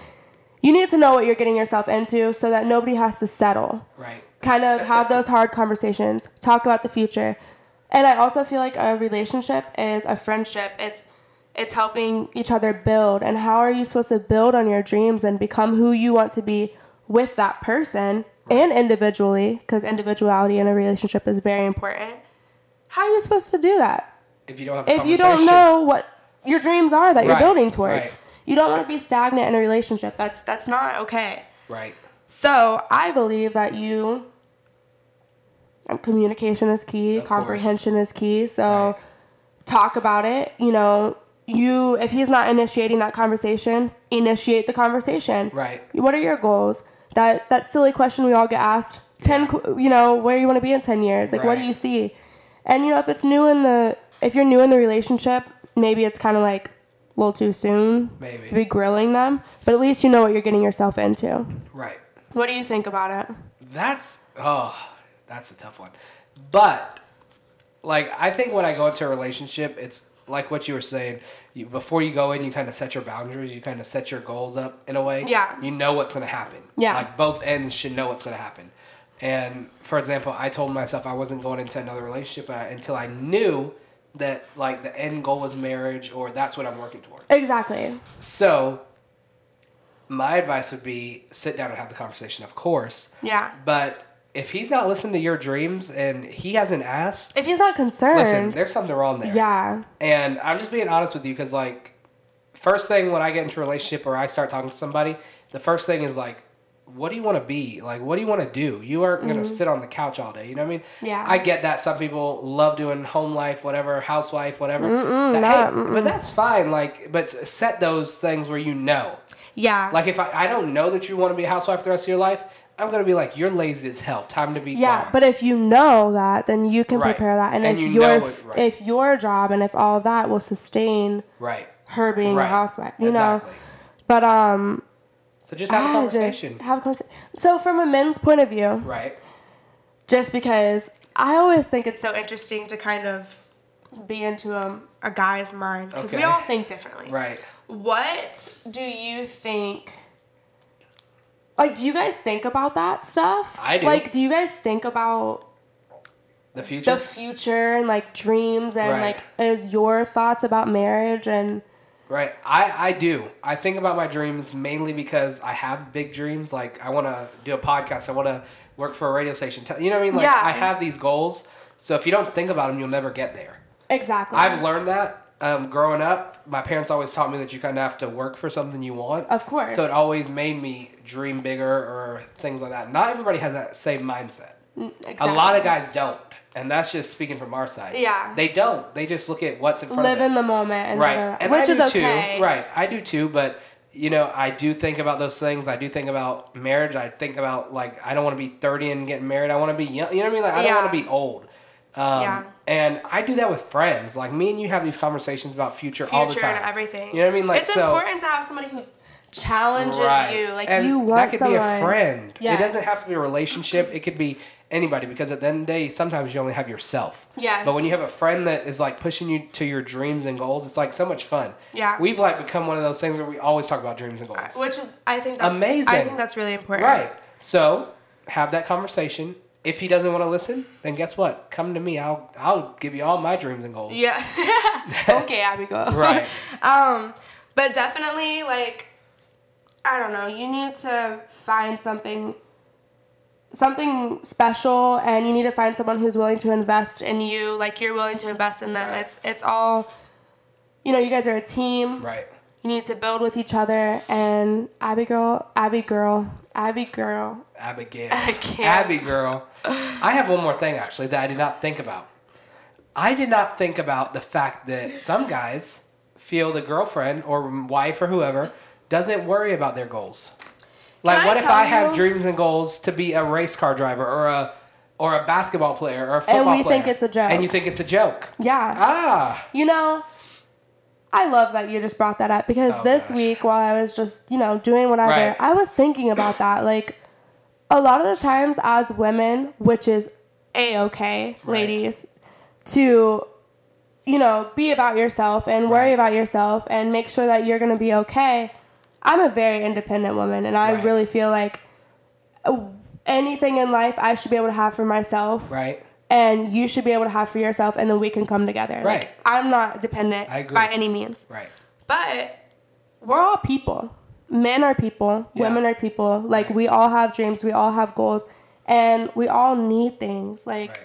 C: you need to know what you're getting yourself into so that nobody has to settle.
B: Right.
C: Kind of have those hard conversations, talk about the future. And I also feel like a relationship is a friendship. It's it's helping each other build and how are you supposed to build on your dreams and become who you want to be with that person and individually because individuality in a relationship is very important. How are you supposed to do that?
B: If you don't have a
C: if you
B: conversation,
C: don't know what your dreams are that you're
B: Right,
C: building towards.
B: right.
C: You don't want to be stagnant in a relationship. That's that's not okay.
B: Right.
C: So I believe that you um, communication is key,
B: Of course.
C: comprehension is key. So
B: Right.
C: talk about it. You know, you if he's not initiating that conversation, initiate the conversation.
B: Right.
C: What are your goals? That that silly question we all get asked. Ten, qu- you know, where do you want to be in ten years? Like, what do
B: Right.
C: you see? And you know, if it's new in the if you're new in the relationship, maybe it's kind of like a little too soon
B: Maybe.
C: to be grilling them. But at least you know what you're getting yourself into.
B: Right.
C: What do you think about it?
B: That's oh, that's a tough one. But like I think when I go into a relationship, it's like what you were saying. You, before you go in, you kind of set your boundaries. You kind of set your goals up in a way.
C: Yeah.
B: You know what's gonna happen.
C: Yeah.
B: Like both ends should know what's gonna happen. And for example, I told myself I wasn't going into another relationship uh, until I knew that like the end goal was marriage or that's what I'm working toward.
C: Exactly.
B: So, my advice would be sit down and have the conversation, of course.
C: Yeah.
B: But if he's not listening to your dreams and he hasn't asked,
C: If he's not concerned,
B: listen, there's something wrong there.
C: yeah,
B: And I'm just being honest with you because, like, first thing when I get into a relationship or I start talking to somebody, the first thing is like, what do you want to be? Like, what do you want to do? You aren't going to sit on the couch all day. You know what I mean?
C: Mm-hmm. Yeah.
B: I get that some people love doing home life, whatever, housewife, whatever. That-
C: not-
B: hey, but that's fine. Like, but s- set those things where you know.
C: yeah,
B: Like, if I, I don't know that you want to be a housewife the rest of your life, I'm going to be like, you're lazy as hell. Time to be
C: yeah.
B: gone.
C: But if you know that, then you can
B: Right.
C: prepare that, and,
B: And
C: if
B: you
C: your
B: know it, right.
C: if your job and if all of that will sustain
B: right.
C: her being
B: Right.
C: a housewife, you
B: exactly.
C: know. But um,
B: So just have a
C: I just
B: conversation.
C: have a conversation. So from a men's point of view,
B: Right.
C: just because I always think it's so interesting to kind of be into a, a guy's mind because we
B: Okay.
C: all think differently,
B: Right.
C: What do you think? Like, do you guys think about that stuff?
B: I do.
C: Like, do you guys think about
B: The future.
C: the future and like dreams and
B: Right.
C: like is your thoughts about marriage and
B: Right. I, I do. I think about my dreams mainly because I have big dreams. Like, I want to do a podcast. I want to work for a radio station. Tell- You know what I mean? Like,
C: Yeah.
B: I have these goals. So if you don't think about them, you'll never get there.
C: exactly?
B: I've learned that um, growing up. My parents always taught me that you kind of have to work for something you want.
C: Of course.
B: So it always made me dream bigger or things like that. Not everybody has that same mindset.
C: Mm, exactly.
B: A lot of guys don't. And that's just speaking from our side.
C: Yeah.
B: They don't. They just look at what's in front of
C: live
B: them
C: in the moment, and
B: right,
C: da- da- da,
B: and
C: which
B: I
C: is
B: do
C: okay,
B: too. Right, I do too. But you know, I do think about those things. I do think about marriage. I think about like I don't want to be thirty and getting married. I want to be young. You know what I mean? Like I
C: Yeah.
B: don't want to be old. Um,
C: Yeah.
B: And I do that with friends. Like me and you have these conversations about future, all the
C: Future
B: time.
C: and everything.
B: You know what I mean? Like
C: it's
B: so.
C: important to have somebody who challenges
B: Right.
C: you. Like
B: And
C: you want
B: that could
C: someone.
B: be a friend.
C: Yes.
B: It doesn't have to be a relationship. It could be anybody because at the end of the day, sometimes you only have yourself.
C: Yes.
B: But when you have a friend that is like pushing you to your dreams and goals, it's like so much fun.
C: Yeah. Uh,
B: We've like become one of those things where we always talk about dreams and goals.
C: Which is, I think that's I
B: Amazing.
C: think that's really important.
B: Right. So have that conversation. If he doesn't want to listen, then guess what? Come to me. I'll I'll give you all my dreams and goals. <laughs>
C: Yeah. <laughs> okay, Abby, go.
B: Right.
C: um, but definitely, like, I don't know. You need to find something, something special, and you need to find someone who's willing to invest in you. Like you're willing to invest in them.
B: Right.
C: It's it's all. You know, you guys are a team.
B: Right.
C: You need to build with each other. And Abby girl, Abby girl, Abby girl.
B: Abigail.
C: Abigail.
B: Abby girl. I have one more thing actually that I did not think about. I did not think about the fact that some guys feel the girlfriend or wife or whoever doesn't worry about their goals. Like
C: Can I
B: what if
C: tell
B: I have
C: you-
B: dreams and goals to be a race car driver or a or a basketball player or a football player?
C: we think it's a joke.
B: And you think it's a joke.
C: Yeah.
B: Ah.
C: You know, I love that you just brought that up because
B: Oh,
C: this
B: gosh.
C: week while I was just, you know, doing whatever,
B: Right.
C: I was thinking about that. Like, a lot of the times as women, which is a okay, ladies, to, you know, be about yourself and worry
B: Right.
C: about yourself and make sure that you're going to be okay. I'm a very independent woman and I
B: Right.
C: really feel like uh, anything in life I should be able to have for myself
B: Right.
C: and you should be able to have for yourself and then we can come together
B: Right.
C: like i'm not dependent
B: I agree.
C: by any means
B: Right.
C: but we're all people men are people
B: Yeah.
C: women are people like we all have dreams we all have goals and we all need things like
B: Right.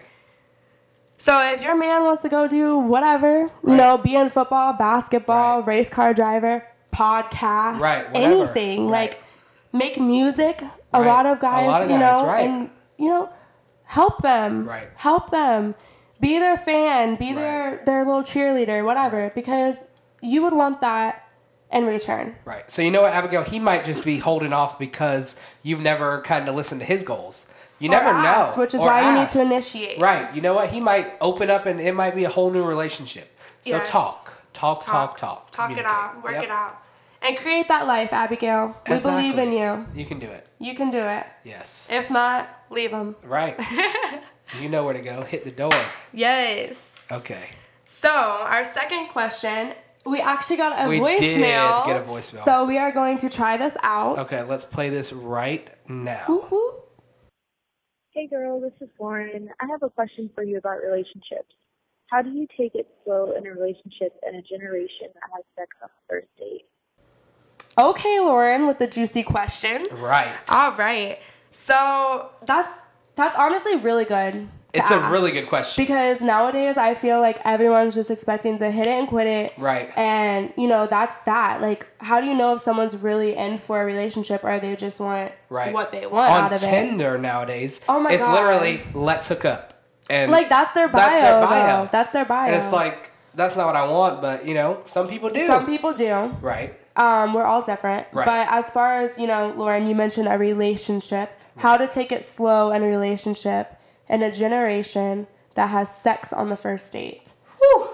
C: So if your man wants to go do whatever, you know, be in football, basketball,
B: Right.
C: race car driver, podcast,
B: Right, whatever.
C: anything,
B: Right.
C: like make music. A
B: Right.
C: lot
B: A
C: of guys,
B: lot of
C: you
B: guys,
C: know,
B: right.
C: and you know, help them.
B: Right.
C: Help them. Be their fan, be their their little cheerleader, whatever, because you would want that in return.
B: Right. So you know what, Abigail? He might just be holding off because you've never kind of listened to his goals. You
C: Or
B: never
C: ask,
B: know.
C: which is
B: Or
C: why
B: ask.
C: you need to initiate.
B: Right. You know what? He might open up and it might be a whole new relationship. So
C: Yes.
B: talk. Talk, talk, talk.
C: Talk it out.
B: Communicate.
C: Work
B: Yep.
C: it out. And create that life, Abigail. We believe in you.
B: Exactly. You can do it.
C: You can do it. <laughs>
B: Yes.
C: If not, leave them. <laughs>
B: Right. you know where to go. Hit the door.
C: Yes.
B: Okay.
C: So, our second question, we actually got a
B: We
C: voicemail.
B: did get a voicemail.
C: So, we are going to try this out.
B: Okay, let's play this right now.
C: Woo-hoo.
E: Hey girl, this is Lauren. I have a question for you about relationships. How do you take it slow in a relationship and a generation that has sex on the first date?
C: Okay, Lauren, with the juicy question.
B: Right.
C: All right. So, that's that's honestly really good. to
B: It's a
C: ask.
B: really good question.
C: because nowadays I feel like everyone's just expecting to hit it and quit it.
B: Right.
C: And you know, that's that. Like, how do you know if someone's really in for a relationship or they just want
B: right.
C: what they want
B: On
C: out of it?
B: Tinder nowadays,
C: Oh my
B: it's
C: God.
B: literally let's hook up. And
C: Like that's their bio.
B: That's their bio.
C: Though. That's their bio.
B: And it's like that's not what I want, but you know, some people do.
C: some people do.
B: right.
C: Um, we're all different.
B: Right.
C: But as far as, you know, Lauren, you mentioned a relationship. How to take it slow in a relationship in a generation that has sex on the first date.
B: Whew.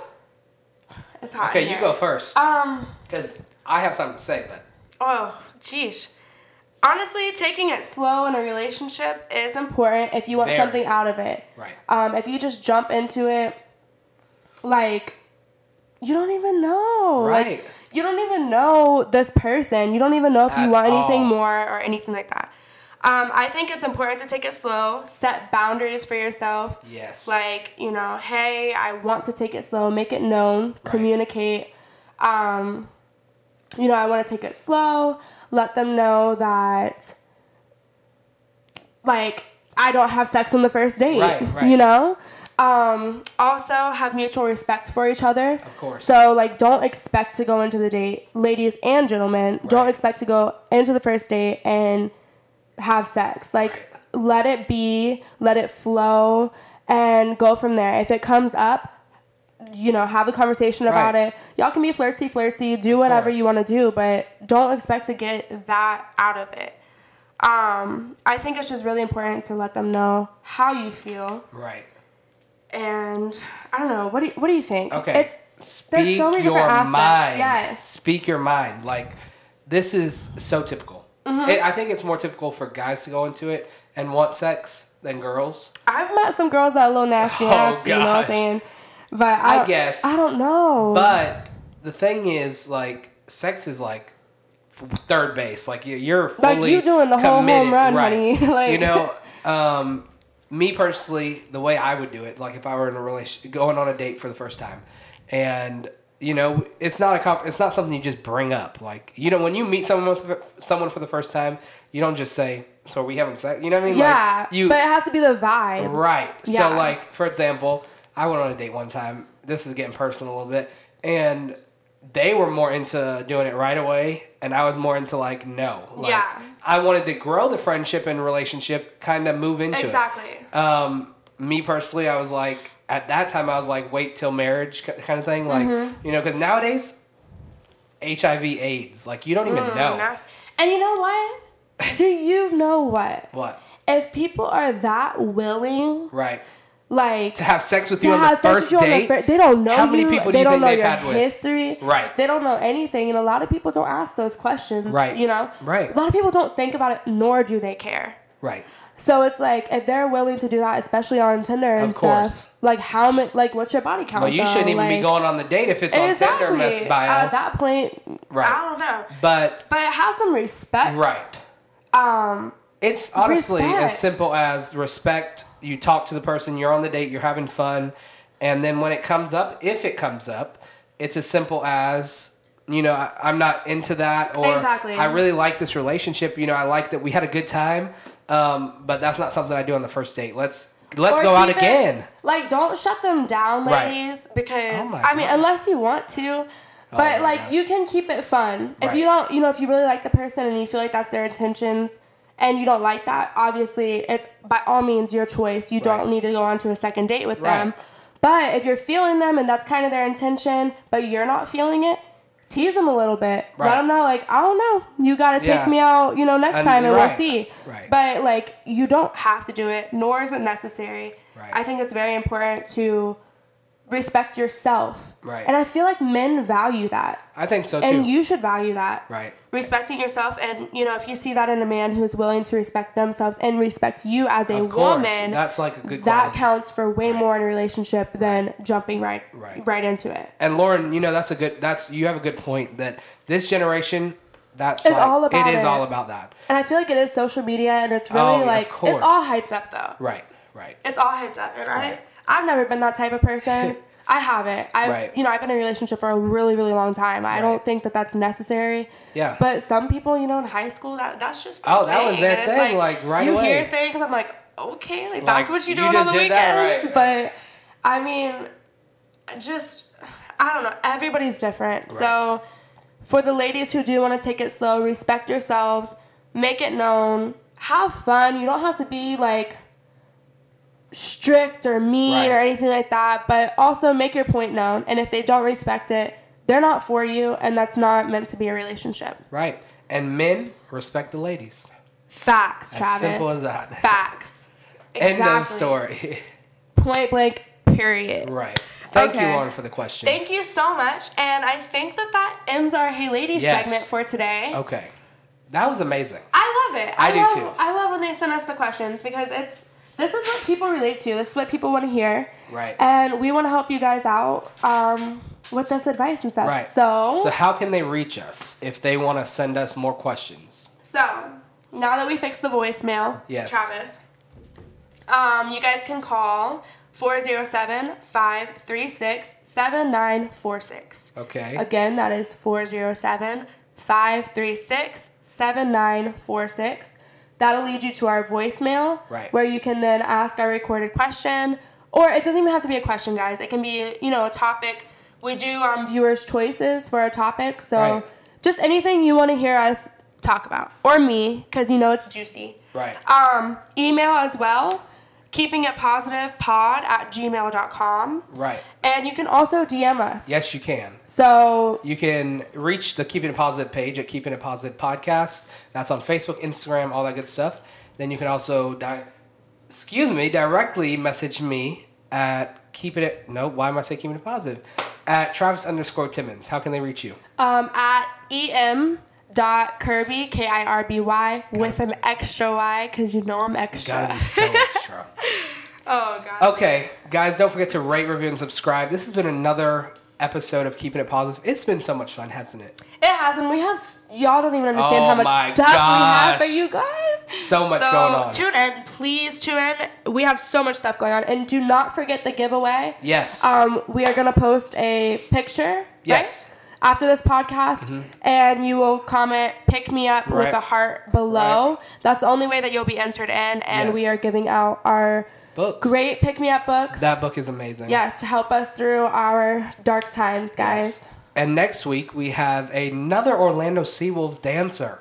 C: It's hot. in
B: Okay, you
C: here.
B: go first
C: Um
B: because I have something to say, but
C: Oh, geez. Honestly, taking it slow in a relationship is important if you want
B: Very.
C: something out of it.
B: right.
C: Um, if you just jump into it, like, you don't even know.
B: Right.
C: Like, you don't even know this person. You don't even know if
B: At
C: you want anything
B: all.
C: more or anything like that. Um, I think it's important to take it slow, set boundaries for yourself.
B: Yes.
C: Like, you know, hey, I want to take it slow, make it known, communicate. Um, you know, I want to take it slow, let them know that, like, I don't have sex on the first date.
B: Right, right.
C: You know? Um, also, have mutual respect for each other. Of
B: course.
C: So, like, don't expect to go into the date, ladies and gentlemen, don't
B: Right.
C: expect to go into the first date and have sex. Like,
B: Right.
C: let it be, let it flow, and go from there. If it comes up, you know, have a conversation about
B: Right.
C: it. Y'all can be flirty, flirty, do whatever
B: course.
C: you want to do, but don't expect to get that out of it. Um, I think it's just really important to let them know how you feel,
B: right.
C: and I don't know. What do you, what do you think?
B: Okay.
C: It's there's so many different aspects.
B: Mind.
C: Yes.
B: Speak your mind. Like this is so typical.
C: Mm-hmm.
B: It, I think it's more typical for guys to go into it and want sex than girls.
C: I've met some girls that are a little nasty,
B: Oh,
C: nasty. You know what I'm
B: gosh.
C: saying? But I,
B: I
C: don't-
B: guess.
C: I don't know. Oh.
B: But the thing is, like, sex is like f- third base. Like you- you're fully
C: Like, you doing the whole home
B: committed,
C: run,
B: right.
C: <laughs> honey. Like-
B: you know, um, me personally, the way I would do it, like if I were in a relation, going on a date for the first time, and you know, it's not a com- it's not something you just bring up. Like you know, when you meet someone with, someone for the first time, you don't just say, "So are we having sex?" You know what I mean?
C: yeah,
B: like, you
C: but it has to be the vibe.
B: Right.
C: Yeah.
B: So like for example, I went on a date one time. This is getting personal a little bit, and they were more into doing it right away, and I was more into like no. Like,
C: Yeah.
B: I wanted to grow the friendship and relationship, kind of move into it.
C: Exactly.
B: Um, me personally, I was like at that time I was like wait till marriage kind of thing, like
C: Mm-hmm.
B: you know, because nowadays HIV/AIDS, like you don't even know
C: Mm, Nasty. And you
B: <laughs>
C: know what? Do you know what?
B: what
C: If people are that willing,
B: right
C: like
B: to have sex with
C: to
B: you on the
C: have sex
B: first
C: with you on the
B: date.
C: first, they don't know
B: How many
C: you.
B: people do
C: they
B: you think
C: don't know
B: they've
C: your
B: had with?
C: history.
B: Right.
C: They don't know anything, and a lot of people don't ask those questions.
B: Right.
C: You know.
B: Right.
C: A lot of people don't think about it, nor do they care.
B: Right.
C: So it's like if they're willing to do that, especially on Tinder and
B: Of course.
C: stuff. Like how much? Like what's your body count?
B: Well, you
C: though?
B: shouldn't even be
C: Like-
B: going on the date if it's on
C: Exactly.
B: Tinder mess bio.
C: At that point,
B: Right.
C: I don't know.
B: but
C: But have some respect.
B: right,
C: Um.
B: it's honestly as
C: Respect.
B: simple as respect. You talk to the person, you're on the date, you're having fun, and then when it comes up, if it comes up, it's as simple as you know I, I'm not into that, or
C: Exactly.
B: I really like this relationship. You know, I like that we had a good time, um, but that's not something I do on the first date. Let's Let's
C: Or
B: go out
C: keep it-
B: again.
C: Like, don't shut them down,
B: Right.
C: ladies, because
B: Oh my
C: I mean,
B: God.
C: unless you want to. But
B: my
C: like,
B: God.
C: you can keep it fun. If you
B: Right.
C: don't, you know, if you really like the person and you feel like that's their intentions, and you don't like that, obviously, it's by all means your choice. You
B: Right.
C: don't need to go on to a second date with
B: Right.
C: them. But if you're feeling them and that's kind of their intention, but you're not feeling it. Tease them a little bit.
B: Right.
C: Let them know, like, I don't know. You gotta take
B: Yeah.
C: me out, you know, next
B: And-
C: time, and
B: right.
C: we'll see.
B: Right.
C: But like, you don't have to do it, nor is it necessary.
B: Right.
C: I think it's very important to respect yourself.
B: Right.
C: And I feel like men value that.
B: I think so too.
C: And you should value that.
B: Right.
C: Respecting yourself and you know, if you see that in a man who's willing to respect themselves and respect you as a
B: Of course,
C: woman,
B: that's like a good
C: that
B: quality.
C: counts for way more in a relationship than jumping right
B: Right.
C: right into it.
B: and Lauren, you know that's a good that's you have a good point that this generation that's
C: It's
B: like-
C: all about
B: it is
C: it.
B: all about that.
C: And I feel like it is social media and it's really
B: Oh, yeah, of
C: like
B: course.
C: it's all hyped up though.
B: Right, right.
C: It's all hyped up, and
B: Right.
C: I I've never been that type
B: <laughs>
C: of person. I haven't. I've
B: Right.
C: you know I've been in a relationship for a really really long time. I
B: Right.
C: don't think that that's necessary.
B: Yeah.
C: But some people, you know, in high school, that that's just their
B: Oh, that was their
C: and it's
B: thing, like, right
C: you
B: away.
C: hear things, I'm like, okay, like,
B: Like,
C: that's what
B: you
C: you're doing on
B: just
C: the
B: did
C: weekends.
B: that,
C: But I mean, just I don't know. Everybody's different, so for the ladies who do want to take it slow, respect yourselves, make it known, have fun. You don't have to be like strict or mean or
B: Right.
C: anything like that, but also make your point known. And if they don't respect it, they're not for you, and that's not meant to be a relationship.
B: Right. And men respect the ladies.
C: Facts, Travis.
B: simple as that.
C: Facts.
B: <laughs> End of story. <laughs>
C: Point blank, period.
B: right. Thank you,
C: Okay.
B: Lauren, for the question.
C: Thank you so much, and I think that that ends our Hey Ladies
B: Yes.
C: segment for today.
B: Okay. That was amazing.
C: I love it.
B: I
C: I,
B: do
C: love,
B: too.
C: I love when they send us the questions because it's this is what people relate to. This is what people want to hear.
B: Right.
C: And we want to help you guys out um, with this advice and stuff.
B: Right. So
C: So,
B: how can they reach us if they want to send us more questions?
C: so now that we fixed the voicemail,
B: Yes.
C: Travis, um, you guys can call 407-536-7946.
B: Okay.
C: Again, that is 407 536 7946. That'll lead you to our voicemail
B: Right.
C: where you can then ask our recorded question. Or it doesn't even have to be a question, guys. It can be, you know, a topic. We do um, viewers' choices for our topic. So
B: Right.
C: just anything you want to hear us talk about, or me, because you know it's juicy.
B: Right.
C: Um, email as well, keeping it positive pod at gmail.com.
B: Right.
C: And you can also DM us.
B: Yes, you can.
C: So
B: You can reach the Keeping It Positive page at Keeping It Positive Podcast. That's on Facebook, Instagram, all that good stuff. Then you can also, di- excuse me, directly message me at Keeping It. No, why am I saying Keeping It Positive? At Travis underscore Timmons. How can they reach you?
C: um, at em dot kirby k i r b y with an extra y because you know I'm
B: Gotta
C: extra.
B: be so extra.
C: <laughs> oh god.
B: Okay, guys, don't forget to rate, review, and subscribe. This has been another episode of Keeping It Positive. It's been so much fun, hasn't it?
C: It has, and we have s- y'all don't even understand
B: Oh
C: how much
B: my
C: stuff we have for
B: gosh.
C: you guys.
B: So much going on.
C: Tune in, please tune in. We have so much stuff going on, and do not forget the giveaway.
B: Yes.
C: Um, we are gonna post a picture. right?
B: Yes. Mm-hmm.
C: After this podcast, and you will comment, pick me up
B: Right.
C: with a heart below. That's the only way that you'll be entered in, and we
B: Yes.
C: are giving out our
B: Books.
C: great pick me up books.
B: That book is amazing.
C: yes, to help us through our dark times, guys.
B: And next week we have another Orlando Seawolves dancer.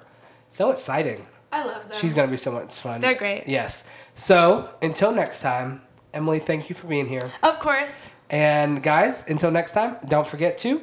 B: So exciting.
C: I love them.
B: She's going to be so much fun.
C: They're great.
B: Yes. So until next time, Emily, thank you for being here.
C: of course.
B: And guys, until next time, don't forget to